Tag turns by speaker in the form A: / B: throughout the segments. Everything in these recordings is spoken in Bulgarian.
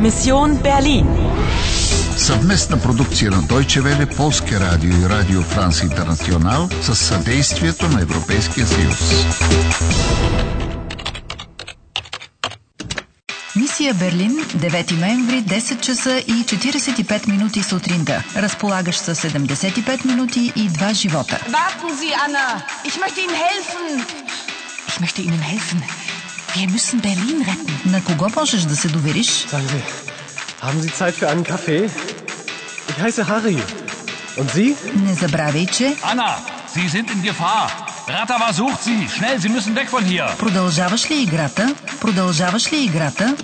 A: Mission Berlin.
B: Съвместна продукция на Deutsche Welle, Полския радио и Радио Франс Интернационал с съдействието на Европейския съюз.
C: Мисия Берлин, 9 ноември, 10 часа и 45 минути сутринта. Разполагаш с 75 минути и 2 живота.
D: Warten Sie, Anna. Ich möchte Ihnen helfen.
E: Ich möchte Ihnen helfen. Wir müssen Berlin retten.
C: На кого можеш да се довериш?
F: Sagen Sie, haben Sie Zeit für einen Kaffee? Ich heiße Harry. Und Sie?
C: Не забравяй, че
G: Anna, Sie sind in Gefahr. Ratawa sucht Sie. Schnell, Sie müssen weg von hier.
C: продължаваш ли играта? Продължаваш ли играта?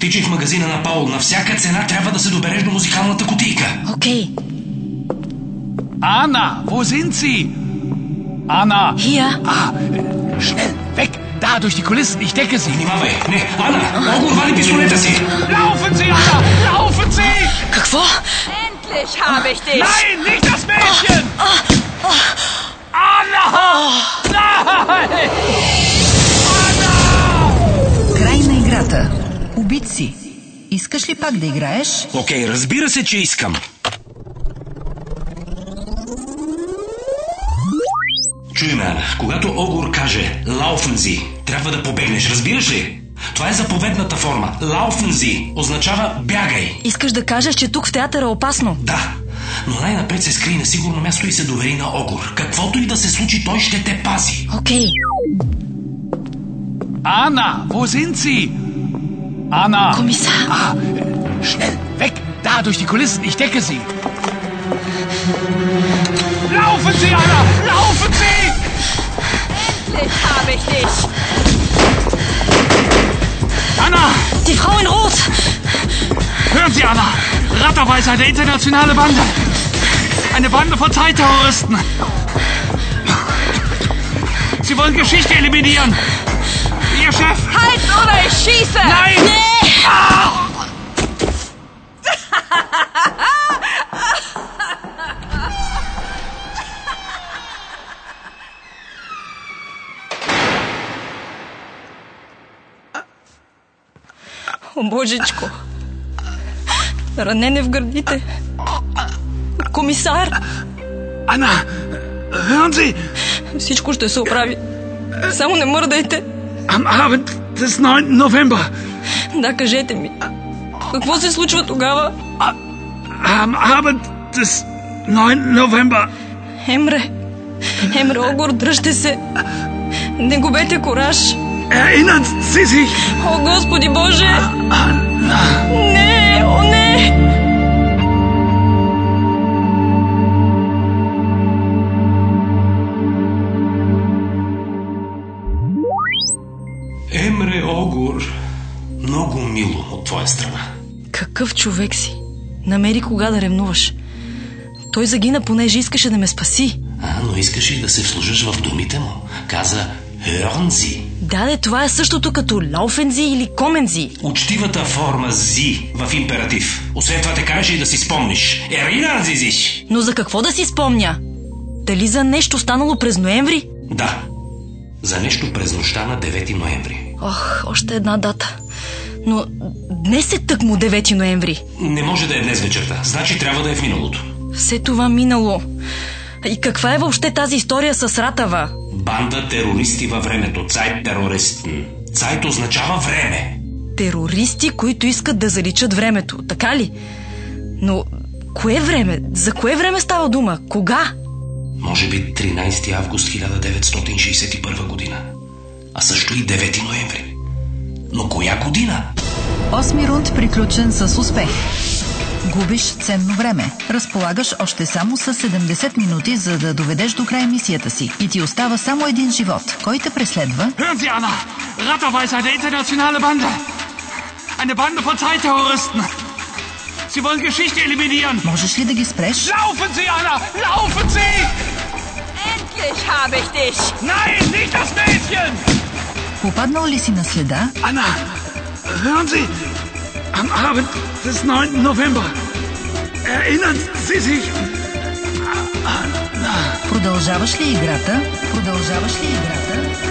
H: Тичай в магазина на Паул. На всяка цена трябва да се добереш до музикалната кутийка.
E: Okay,
G: Anna, wo sind Sie? Anna.
E: hier.
G: Ah, äh, schnell, weg. Da, durch die Kulissen. Ich decke Sie.
H: Внимавай! Не, Ана! Много вали пистолета си!
G: Laufen Sie, Anna. Laufen Sie.
E: Какво?
D: Endlich habe ich dich.
G: Nein, nicht das Mädchen. Anna. Nein.
C: Край на играта. Убит си. Искаш ли пак да играеш?
H: Окей, разбира се, че искам. Чуй ме, Ана. Когато Огор каже «Лауфензи», трябва да побегнеш, разбираш ли? Това е заповедната форма. «Лауфензи» означава «бягай».
E: Искаш да кажеш, че тук в театъра е опасно?
H: Да, но най-напред се скри на сигурно място и се довери на Огор. Каквото и да се случи, той ще те пази.
E: Окей.
G: Anna, wo sind Sie? Anna.
E: Kommissar.
G: Ah, äh, schnell, weg. Da, durch die Kulissen. Ich decke Sie. Laufen Sie, Anna. Laufen Sie.
D: Endlich habe ich dich.
G: Anna!
E: Die Frau in Rot!
G: Hören Sie, Anna! Rattaway ist eine internationale Bande! Eine Bande von Zeitterroristen! Sie wollen Geschichte eliminieren! Ihr Chef!
D: Halt oder ich schieße.
G: Nein!
I: О, божечко! Ранене в гърдите. Комисар,
G: Anna! Hören Sie!
I: всичко ще се оправи. Само не мърдайте.
G: Am Abend des 9. November!
I: Да, кажете ми. Какво се случва тогава?
G: Am Abend des 9. November!
I: Емре. Емре Огор, дръжте се. Не губете кораж.
G: Erinnern Sie sich!
I: О, Господи Боже! Не, о, не!
H: Емре Огор, много мило от твоя страна.
I: Какъв човек си? Намери кога да ревнуваш. Той загина, понеже искаше да ме спаси.
H: А, но искаш и да се вслужиш в думите му. Каза Хьорнзи.
I: Да, де, това е същото като Лауфензи или Комензи.
H: Учтивата форма зи в императив. Освен това те каже и да си спомниш. Еринанзи зиш.
I: Но за какво да си спомня? Дали за нещо станало през ноември?
H: Да. За нещо през нощта на 9 ноември.
I: Ох, още една дата. Но днес е тъкмо 9 ноември.
H: Не може да е днес вечерта. Значи трябва да е в миналото.
I: Все това минало. И каква е въобще тази история с Ратава?
H: Банда терористи във времето. Цайт терористен. Цайт означава време.
I: Терористи, които искат да заличат времето, така ли? Но кое време? За кое време става дума? Кога?
H: Може би 13 август 1961 година. А също и 9 ноември. Но коя година?
C: Осми рунд приключен с успех. Губиш ценно време. Разполагаш още само с 70 минути, за да доведеш до край мисията си. И ти остава само един живот. Кой те преследва?
G: Hören Sie, Anna! Rattaway ist eine internationale Bande! Eine Bande von Zeitterroristen! Sie wollen Geschichte eliminieren!
C: Можеш ли да ги спреш?
G: Laufen Sie, Anna! Laufen Sie!
D: Endlich habe ich dich.
G: Nein, nicht das Mädchen!
C: Попаднал ли си на следа?
G: Anna, hören Sie! Am Abend des 9. November erinnern Sie sich
C: Продължаваш ли играта? Продължаваш ли играта?